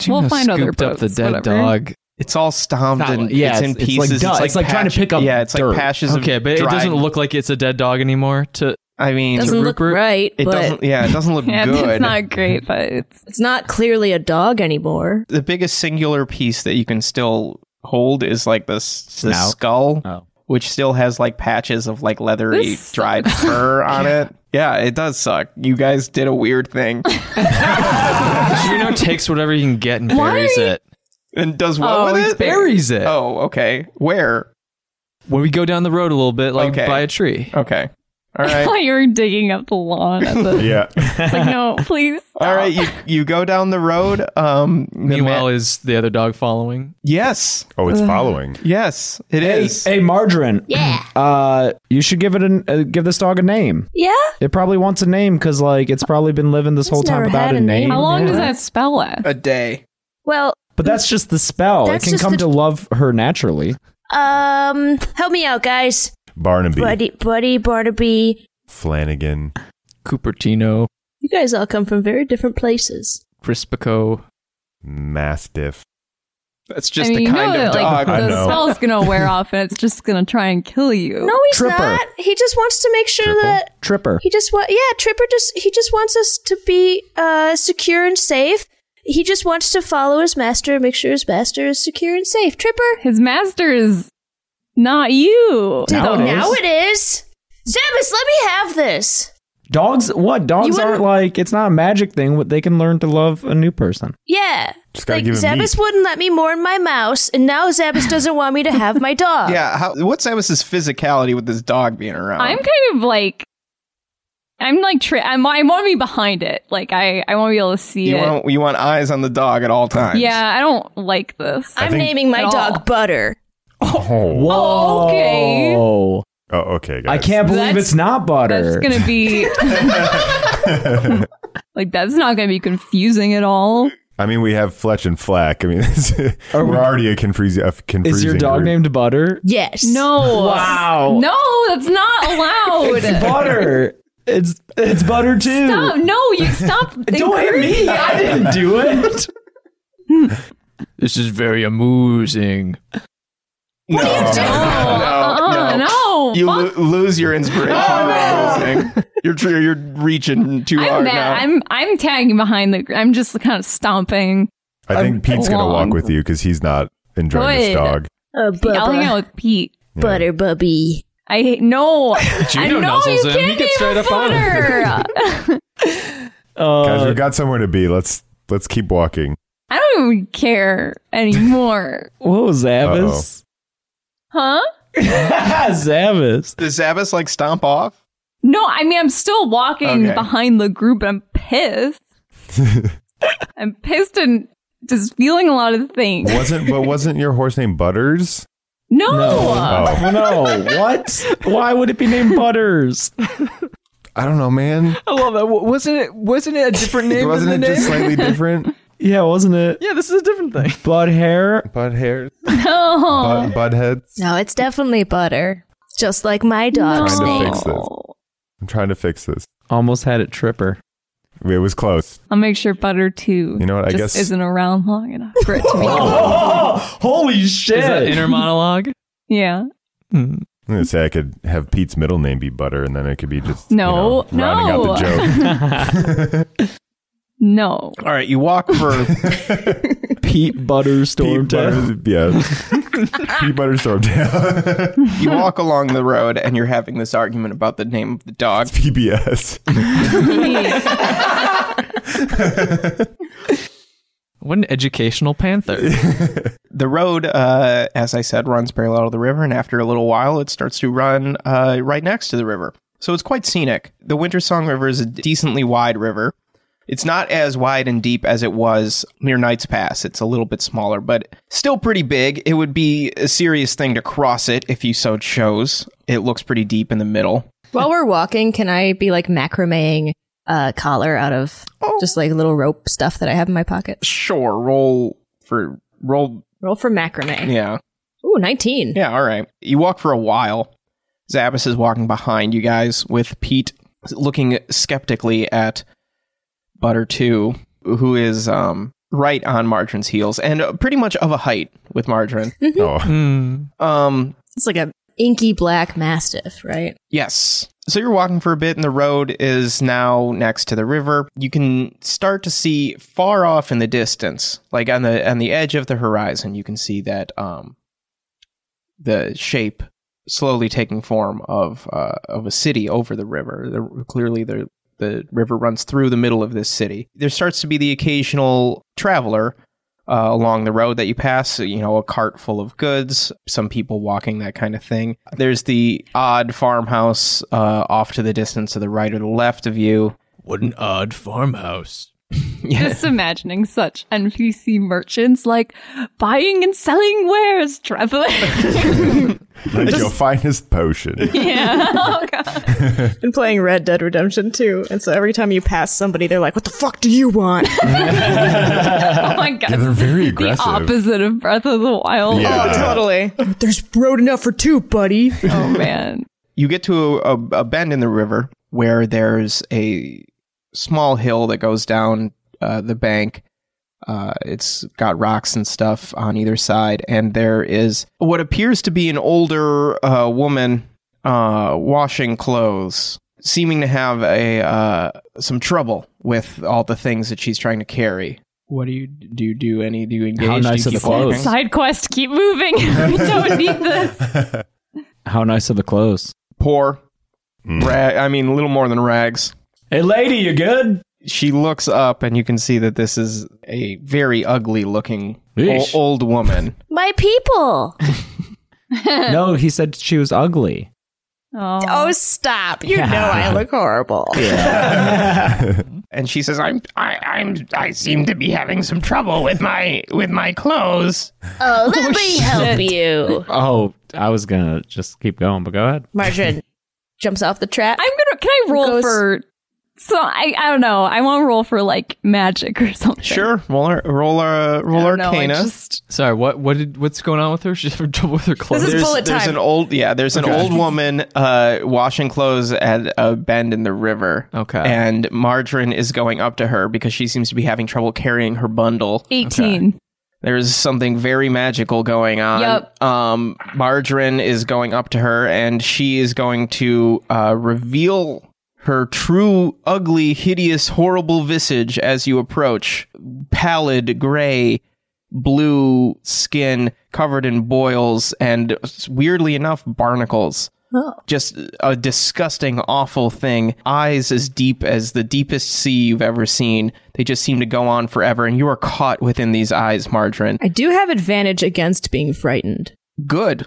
We'll Juno find other scooped up the boats, dead whatever. dog. It's all stomped Not and like- yeah, it's in it's- it's like pieces. duh, it's like trying to patch- pick up Yeah, it's dirt. like pashes. Okay, of but it dried- doesn't look like it's a dead dog anymore. To I mean, Doesn't look Rupert? right, it but doesn't. Yeah, it doesn't look Yeah, good. it's not great, but it's it's not clearly a dog anymore. the biggest singular piece that you can still hold is like this the Snout? skull, Oh. which still has like patches of like leathery This dried fur on it. Yeah, it does suck. You guys did a weird thing Juno takes whatever he can get and Why are buries you- it. and does what Oh, with it's it? Buries it. Oh, okay. Where? When we go down the road a little bit, like Okay. Oh, by a tree. Okay. All right. you're digging up the lawn. At the, Yeah. It's like no, please. All right, you you go down the road. Um, the Meanwhile, ma- is the other dog following? yes, Oh, Uh, it's following. yes, it Hey, is. hey, Margarine. Yeah. Uh, you should give it an uh, give this dog a name. Yeah? It probably wants a name because like it's probably been living this whole time never without had a a name. name. How long does that spell last? A day. Well, But that's just the spell. That's it can just come the- to love her naturally. um, help me out, guys. Barnaby, Buddy, Buddy, Barnaby. Flanagan. Cupertino, You guys all come from very different places. Crispico. Mastiff. That's just I mean, the you kind know of that, dog. like, I the know. spell's gonna wear off, and it's just gonna try and kill you. No, he's Tripper. not. He just wants to make sure Triple? that Tripper. he just wa- yeah, Tripper just he just wants us to be uh secure and safe. He just wants to follow his master and make sure his master is secure and safe. Tripper, his master is not you. Dude, Now it now is. it is. Zemus, let me have this. Dogs. What? Dogs You aren't wouldn't- like it's not a magic thing. What- They can learn to love a new person. Yeah. Just gotta Like give him Zabbis meat. wouldn't let me mourn my mouse, and now Zabbis doesn't want me to have my dog. Yeah. How, what's Samus's physicality with this dog being around? I'm kind of like, I'm like, tri- I'm, I want to be behind it. Like, I, I want to be able to see You it. want you want eyes on the dog at all times. yeah, I don't like this. I'm think- naming my At all. dog Butter. Oh, Oh, okay. Whoa. oh okay, I guys. can't believe That's- it's not That's butter. gonna be like that's not gonna be confusing at all. I mean, we have Fletch and Flack. I mean, Are we- we're already a confusing. A confusing Is your dog group. named Butter? Yes. No, Wow. no, that's not It's allowed. butter. It's it's butter too. Stop! No, you stop. Don't hit me. I didn't do it. This is very amusing. No. What are you No, No. uh-uh, no. no. You fuck lo- lose your Oh, inspiration. for this thing. You're tr- you're reaching too I'm hard mad. now. I'm I'm tagging behind the. I'm just kind of stomping. I think Pete's gonna long. walk with you because he's not enjoying this Good. dog. Uh, I'll hang out Bubba. with Pete. Butter Bubby. I hate no. I Juno know you nuzzles him. He can't gets even right up on butter. Guys, Uh, we've got somewhere to be. Let's let's keep walking. I don't even care anymore. what was Zavis? Huh? Zavis. Does Zabbis like stomp off? No, I mean I'm still walking Okay. behind the group. I'm pissed. I'm pissed and just feeling a lot of things. Wasn't but wasn't your horse named Butters? No. Oh. Oh, no. What? Why would it be named Butters? I don't know, man. Oh, I love that. Wa- Wasn't it? Wasn't it a different name? Wasn't than it the name? just slightly different? Yeah, wasn't it? yeah, this is a different thing. Bud hair. Bud hairs, No. bud, bud heads. No, it's definitely butter. Just like my dog's Trying to name. fix this. I'm trying to fix this. Almost had it tripper. It was close. I'll make sure butter too. You know what, I just guess- isn't around long enough for it to be. Oh, holy shit. Is that inner monologue? yeah. I'm gonna say I could have Pete's middle name be Butter, and then it could be just No, you know, rounding out the no. joke. No. All right, you walk for Pete Butter Pete Stormtail. Butter, yeah. Pete Butter Stormtail. you walk along the road and you're having this argument about the name of the dog. PBS. What an educational panther. The road, uh, as I said, runs parallel to the river, and after a little while, it starts to run uh, right next to the river. So it's quite scenic. The Winter Song River is a decently wide river. It's not as wide and deep as it was near Knight's Pass. It's a little bit smaller, but still pretty big. It would be a serious thing to cross it if you so chose. It looks pretty deep in the middle. While we're walking, can I be like macrameing a collar out of just like little rope stuff that I have in my pocket? Sure, roll for roll. Roll for macrame. Yeah. Ooh, 19. Yeah, all right. You walk for a while. Zabbis is walking behind you guys with Pete looking skeptically at Butter 2, who is um, right on Margarine's heels and uh, pretty much of a height with Margarine. Oh, Um, It's like a inky black mastiff, right? Yes. So you're walking for a bit, and the road is now next to the river. You can start to see far off in the distance, like on the on the edge of the horizon. You can see that um, the shape slowly taking form of uh, of a city over the river. The, clearly, the the river runs through the middle of this city. There starts to be the occasional traveler uh, along the road that you pass. You know, a cart full of goods, some people walking, that kind of thing. There's the odd farmhouse uh, off to the distance to the right or the left of you. What an odd farmhouse. Just imagining such NPC merchants like buying and selling wares, traveling. like your finest potion. yeah. Oh, God. Been playing Red Dead Redemption 2, and so every time you pass somebody, they're like, "What the fuck do you want?" Oh, my God. Yeah, they're very the aggressive. opposite of Breath of the Wild. oh, totally. There's road enough for two, buddy. Oh, man. you get to a, a bend in the river where there's a small hill that goes down uh, the bank. Uh, it's got rocks and stuff on either side, and there is what appears to be an older uh, woman uh, washing clothes, seeming to have a uh, some trouble with all the things that she's trying to carry. What do you do? You do any? Do you engage? How nice do are you the keep walking? clothes? Side quest, keep moving. we don't need this. How nice are the clothes? Poor. Mm. Rag, I mean, a little more than rags. Hey, lady, you good? she looks up and you can see that this is a very ugly looking o- Yeesh. old woman My people. no, he said she was ugly. Oh, stop! You know I look horrible. and she says i'm I, i'm i seem to be having some trouble with my with my clothes Oh, let me help you. Oh, I was gonna just keep going, but go ahead. Margarine Jumps off the trap. I'm gonna. Can I roll Goes- for? So I I don't know. I want to roll for like magic or something. sure roll ar- roll ar- I roll don't know, I arcana just- Sorry, what what did what's going on with her? She's having trouble with her clothes. This is there's, bullet there's time. an old yeah there's an old woman uh washing clothes at a bend in the river Okay. and margarine is going up to her because she seems to be having trouble carrying her bundle 18. There's something very magical going on. Yep. Um, Margarine is going up to her, and she is going to uh, reveal her true, ugly, hideous, horrible visage as you approach. Pallid, gray, blue skin, covered in boils, and weirdly enough, barnacles. Just a disgusting, awful thing. Eyes as deep as the deepest sea you've ever seen. They just seem to go on forever, and you are caught within these eyes, Margarine. I do have advantage against being frightened. Good.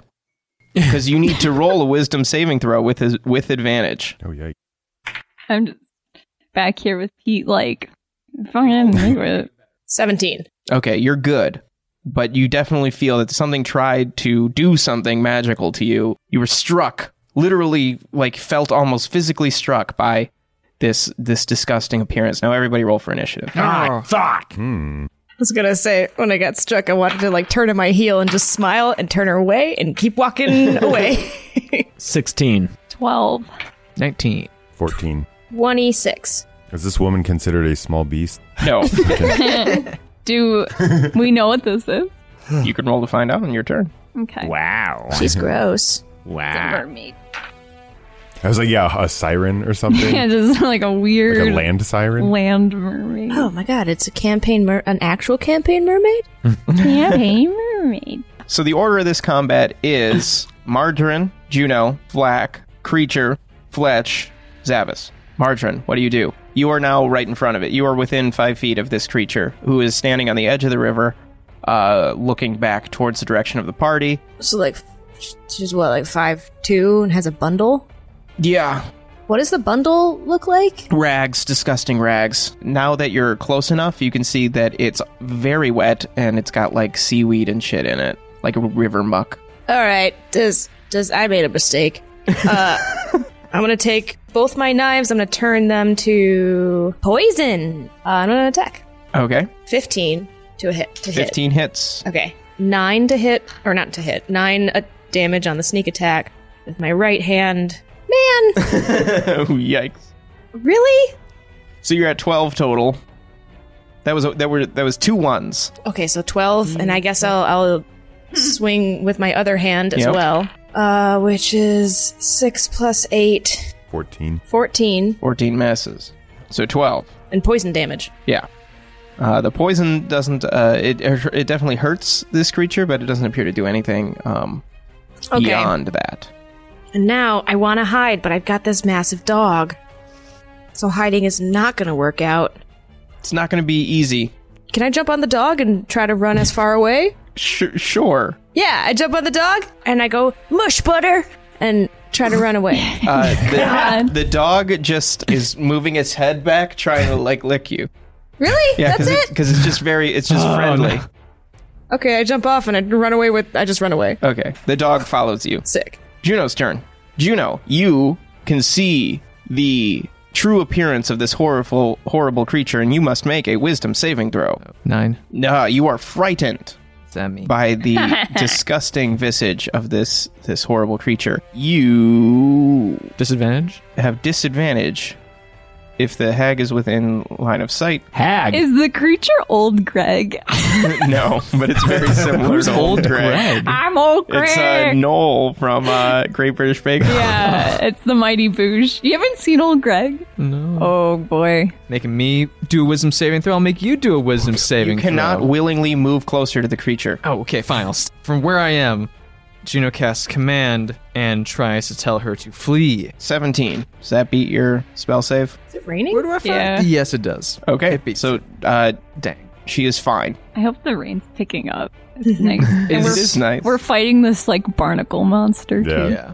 Because you need to roll a wisdom saving throw with his, with advantage. Oh yeah. I'm just back here with Pete. Like fucking do it. 17. Okay, you're good, but you definitely feel that something tried to do something magical to you. You were struck, literally, like felt almost physically struck by this this disgusting appearance. Now everybody roll for initiative. Oh. was gonna say when I got struck, I wanted to like turn on my heel and just smile and turn her away and keep walking away. Sixteen. 12. Nineteen. 14. 26. Is this woman considered a small beast? No, Do we know what this is? you can roll to find out on your turn. Okay. Wow. She's gross. Mermaid. I was like, yeah, a siren or something. Yeah, just like a like a weird land siren. land mermaid. Oh my god, it's a campaign mer- an actual campaign mermaid? yeah, hey, mermaid. So the order of this combat is Margarine, Juno, Flack, Creature, Fletch, Zavis. Margarine, what do you do? You are now right in front of it. You are within five feet of this creature who is standing on the edge of the river, uh, looking back towards the direction of the party. So like f- she's what like five two and has a bundle? Yeah, What does the bundle look like? rags, disgusting rags. Now that you're close enough, you can see that it's very wet and it's got like seaweed and shit in it, like a river muck. All right, does does I made a mistake? Uh, I'm gonna take both my knives. I'm gonna turn them to poison. Uh, I'm gonna attack. Okay, Fifteen to a hit. To hit. fifteen hits. Okay, nine to hit or not to hit. Nine uh, damage on the sneak attack with my right hand. Man, oh yikes! really? So you're at twelve total. That was that were that was two ones. Okay, so 12, and I guess I'll, I'll swing with my other hand as Yep. well, Hmm. uh, which is 6 plus 8, 14. 14, 14 misses. So 12. and poison damage. Yeah. Uh, the poison doesn't. Uh, it it definitely hurts this creature, but it doesn't appear to do anything um, Okay. beyond that. And now I want to hide, but I've got this massive dog. So hiding is not going to work out. It's not going to be easy. Can I jump on the dog and try to run as far away? Sh- sure. Yeah, I jump on the dog and I go, mush butter, and try to run away. Uh, the, the dog just is moving its head back, trying to like lick you. really? Yeah, That's because it? because it's just very. It's just friendly. Okay, I jump off and I run away with. I just run away. Okay. The dog follows you. Sick. Juno's turn. Juno, you can see the true appearance of this horrible, horrible creature, and you must make a wisdom saving throw. Nine. Nah, you are frightened What's that mean? by the disgusting visage of this this horrible creature. You Disadvantage? have disadvantage if the hag is within line of sight. Hag. Is the creature old Greg? no, but it's very similar. to old Greg? I'm old Greg. It's uh, Noel from uh, Great British Bake Off. yeah, it's the mighty boosh. You haven't seen old Greg? No. Oh boy. Making me do a wisdom saving throw. I'll make you do a wisdom saving You cannot throw. willingly move closer to the creature. Oh, okay, fine. I'll st- from where I am, Juno casts command and tries to tell her to flee. 17. Does that beat your spell save? Is it raining? do I find- Yeah. Yes, it does. Okay. It beats. So, uh, Dang. she is fine. I hope the rain's picking up. It's nice. It and we're, is nice. we're fighting this like barnacle monster too. Yeah.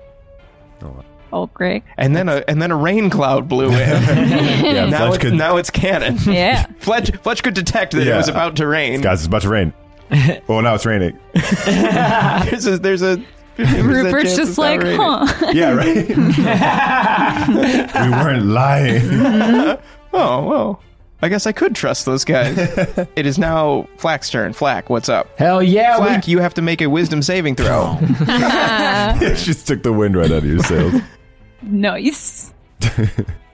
Yeah. Old Greg. and then a and then a rain cloud blew in. Yeah, now, Fletch it- could. now it's canon. Yeah. Fletch Fletch could detect that it Yeah. was about to rain. Guys, it's about to rain. oh, now it's raining. There's a, there's a 50% Rupert's chance it's just not like, raining. huh? Yeah, right? we weren't lying. Oh well. I guess I could trust those guys. it is now Flack's turn. Flack, what's up? Hell yeah. we- Flack, you have to make a wisdom saving throw. it just took the wind right out of your sails. nice.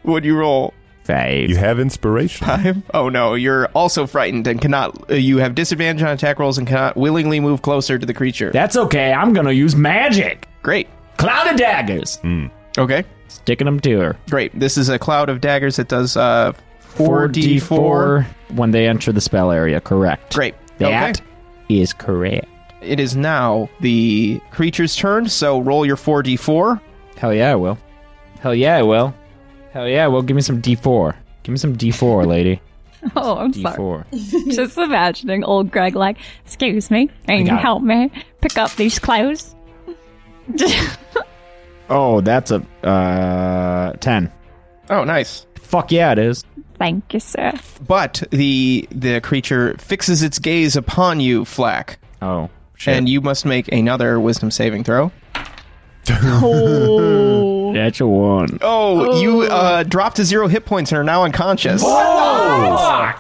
Would you roll? You have inspiration. Five? Oh no, you're also frightened and cannot. Uh, you have disadvantage on attack rolls and cannot willingly move closer to the creature. That's okay. I'm going to use magic. Great. Cloud of daggers. Mm. Okay. Sticking them to her. Great. This is a cloud of daggers that does uh, 4d4. when they enter the spell area. Correct. Great. That is Okay. correct. It is now the creature's turn, so roll your 4d4. Hell yeah, I will. Hell yeah, I will. Hell yeah, I will. Give me some D4. Give me some D4, lady. Oh, I'm sorry. D4. Just imagining old Greg like, excuse me, can you got it. help me pick up these clothes? Oh, that's a uh 10. Oh, nice. Fuck yeah, it is. Thank you, sir. But the the creature fixes its gaze upon you, Flack, Oh, shit. and you must make another wisdom saving throw. that's a one. Oh, you uh, dropped to zero hit points and are now unconscious. Dang.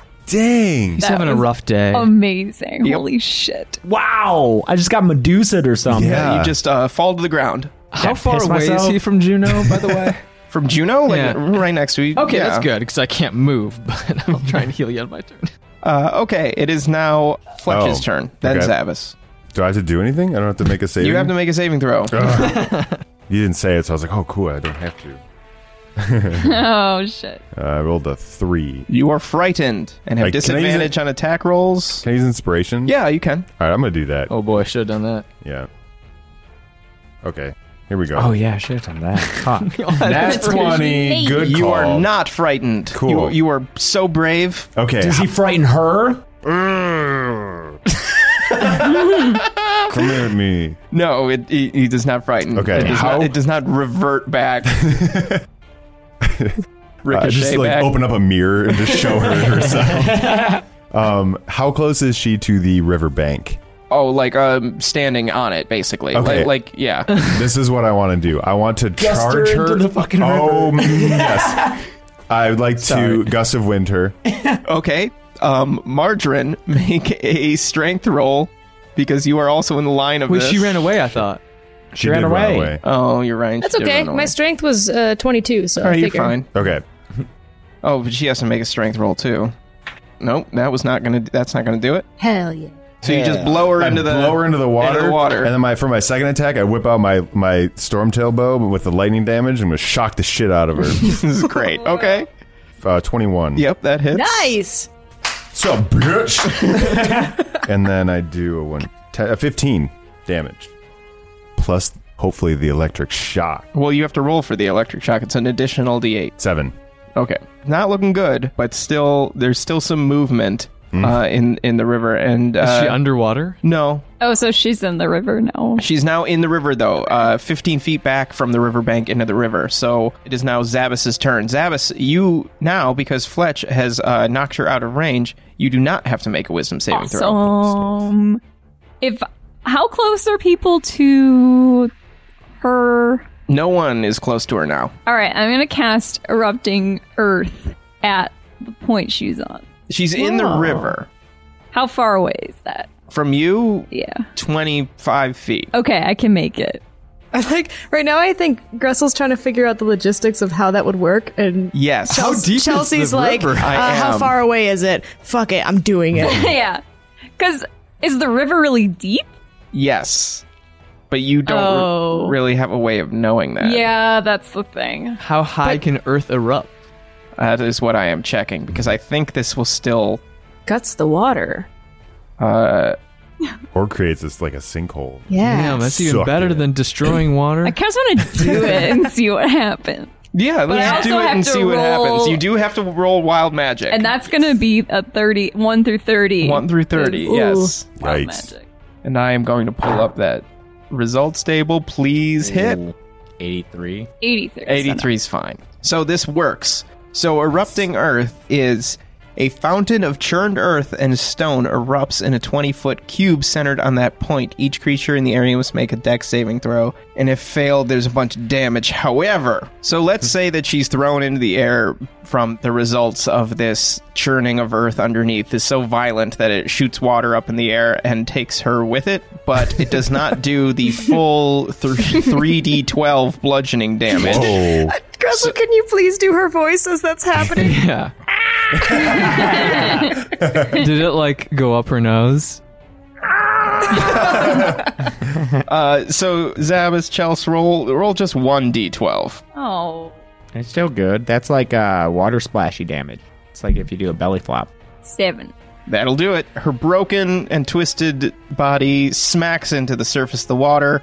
He's having a was rough day. Amazing. Holy shit. Wow. I just got Medusa or something. Yeah. You just uh, fall to the ground. How Did I far piss away myself? is he from Juno, by the way? From Juno? Like Yeah. right next to you. Okay, Yeah. that's good because I can't move, but I'll try and heal you on my turn. Uh, okay, it is now Fletch's Oh, turn, then okay. Zavis. Do I have to do anything? I don't have to make a save. You have to make a saving throw. You didn't say it, so I was like, oh, cool. I don't have to. Oh, shit. Uh, I rolled a three. You are frightened and have Like, can I use disadvantage on attack rolls. Can I use inspiration? Yeah, you can. All right, I'm going to do that. Oh boy, I should have done that. Yeah. Okay. Here we go. Oh yeah, I should have done that. Fuck. That's 20. Good you call. are not frightened. Oh. Cool. You, you are so brave. Okay. Does he frighten her? Come here at me. No, it, it, it does not frighten. Okay, It does, how- not, it does not revert back. I Ricochet Uh, just like back. open up a mirror and just show her herself. um, how close is she to the riverbank? Oh, like um, standing on it, basically. Okay. Like, like yeah. This is what I want to do. I want to Gesture charge her. into the fucking Oh mm, yes. I would like to gust of wind her. okay. Um, Margarine, make a strength roll because you are also in the line of Wait, this. she ran away. I thought. She, ran did away. run Oh, you're right. That's She did okay. run away. My strength was uh, 22, so All I right, you're figure- fine. Okay. Oh, but she has to make a strength roll too. nope, that was not gonna. That's not gonna do it. Hell yeah. So you just blow her I into the blow her into the water, into the water. and then my for my second attack, I whip out my my stormtail bow with the lightning damage and was shock the shit out of her. this is great. Okay. uh, Twenty one. Yep, that hits. Nice. So bitch. and then I do a one, te- a fifteen damage, plus hopefully the electric shock. Well, you have to roll for the electric shock. It's an additional D8. Seven. Okay. Not looking good, but still, there's still some movement Hmm. uh, in in the river. And uh, she underwater? no, Oh, so she's in the river now. she's now in the river though, uh, 15 feet back from the riverbank into the river. So it is now Zabas's turn. Zabas, you now because Fletch has uh, knocked her out of range, you do not have to make a Wisdom saving throw. Awesome. If how close are people to her? No one is close to her now. All right, I'm gonna cast erupting earth at the point she's on. She's in the river How far away is that? from you. Yeah. 25 feet. Okay, I can make it. I like right now. I think Gressel's trying to figure out the logistics of how that would work, and Yes. Chelsea- Chelsea's like, uh, I how am. far away is it? Fuck it, I'm doing it. yeah, because is the river really deep? Yes. But you don't re- Oh. really have a way of knowing that. Yeah, that's the thing. How high can Earth erupt? That is what I am checking because I think this will still. Guts the water. Uh, Or creates this like a sinkhole. Yeah. Damn, that's even Suck better it. than destroying water. I kind of want to do it and see what happens, yeah, I let's also do it have and to see what happens. roll- You do have to roll wild magic. and that's gonna be a thirty one through thirty. 1 through 30, Ooh. yes. Wild Yikes. magic. And I am going to pull up that results table. Please hit. 83. 83. 83 is fine. So this works. So erupting earth is a fountain of churned earth and stone erupts in a 20 foot cube centered on that point. Each creature in the area must make a dex saving throw, and if failed, there's a bunch of damage. However, so let's say that she's thrown into the air from the results of this churning of earth underneath is so violent that it shoots water up in the air and takes her with it, but it does not do the full three d twelve bludgeoning damage. Oh, Gressel, can you please do her voice as that's happening? yeah. Did it like go up her nose? Uh, so Zabas, Chels, roll roll just one d twelve. Oh, It's still good. That's like uh, water splashy damage. It's like if you do a belly flop. seven. That'll do it. Her broken and twisted body smacks into the surface of the water,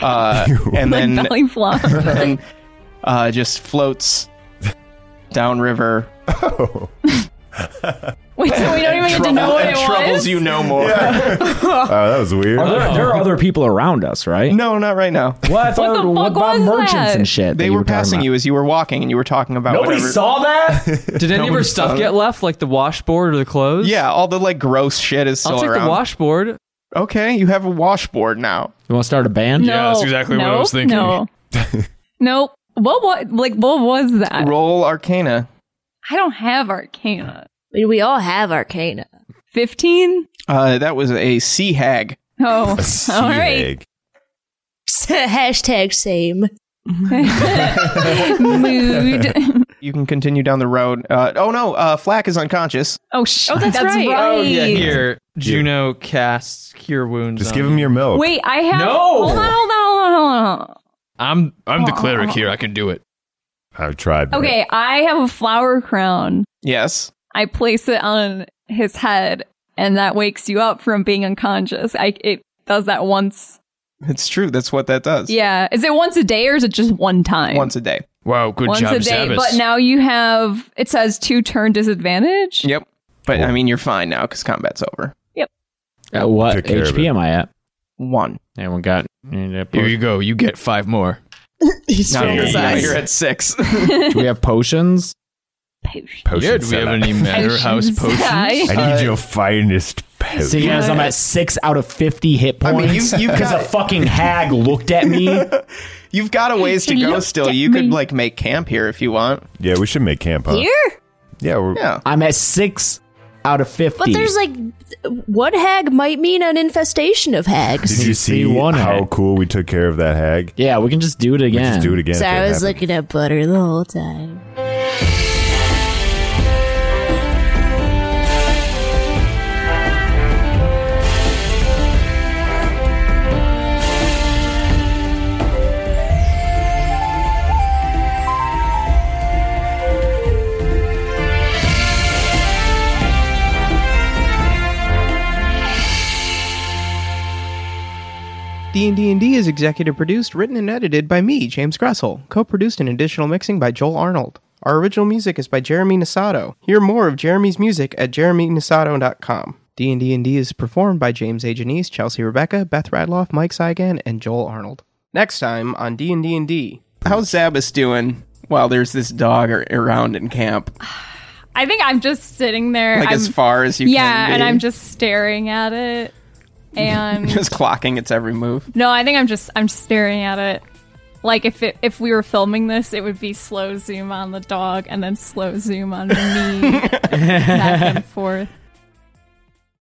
uh, and Like then belly flop. and, uh, just floats downriver. Wait, so we don't even get to Trouble- know what and it troubles was? you no more. Oh, that was weird. Are there, there are other people around us, right? No, not right now. Well, I thought Oh. What the what fuck about was merchants that? and shit? They that were, talking passing about? you as you were walking, and you were talking about Nobody whatever- saw that. Did any of her stuff get left, like the washboard or the clothes? Yeah, all the like gross shit is still I'll take around. the washboard. okay, you have a washboard now. you want to start a band? No, Yeah, that's exactly what I was Nope, thinking. No, nope. What? What? Like, what was that? Roll Arcana. I don't have Arcana. I mean, we all have Arcana. Fifteen. Uh, that was a sea hag. Oh, A sea all right. egg. Hashtag same. Mood. You can continue down the road. Uh, oh no, uh, Flack is unconscious. Oh, sh- oh, that's, right. right. Oh yeah, here Juno casts cure wounds. Just on give me. him your milk. Wait, I have. No! Hold on, hold on, hold on, hold on. I'm I'm the cleric here. I can do it. I've tried. man. Okay, I have a flower crown. Yes. I place it on his head, and that wakes you up from being unconscious. I it does that once. It's true. That's what that does. Yeah, is it once a day or is it just one time? Once a day. Wow, good once job, a day. Zabbis. But now you have it says two turn disadvantage. Yep. But I mean, you're fine now because combat's over. At what Took care of HP it. am I at? One. Anyone got? Here you go. You get five more. Not only Jesus. that, you're at six. Do we have potions? Potion yeah, do we have setup. any manor house potions? Yeah. I need your finest potion. See, guys, I'm at six out of fifty hit I mean, points. you- you've because got- a fucking hag looked at me. You've got a ways to go still. You could like make camp here if you want. yeah, we should make camp, huh? Here? Yeah, we're, Yeah. I'm at six out of fifty. But there's like one hag might mean an infestation of hags. Did you See see one how hag. cool we took care of that hag? yeah, we can just do it We again. just do it again. if So it I happened. was looking at butter the whole time. D and D and D is executive produced, written, and edited by me, James Gressel. Co-produced and additional mixing by Joel Arnold. Our original music is by Jeremy Nisato. Hear more of Jeremy's music at jeremynisato.com. D and D and D is performed by James A. Janice, Chelsea Rebecca, Beth Radloff, Mike Saigan, and Joel Arnold. Next time on D and D and D, how's Zabas doing? While there's this dog ar- around in camp, I think I'm just sitting there. like I'm, as far as you yeah, can. and be. I'm just staring at it. And just clocking its every move. no, I think I'm just I'm just staring at it. Like if it, if we were filming this, it would be slow zoom on the dog and then slow zoom on me back and forth.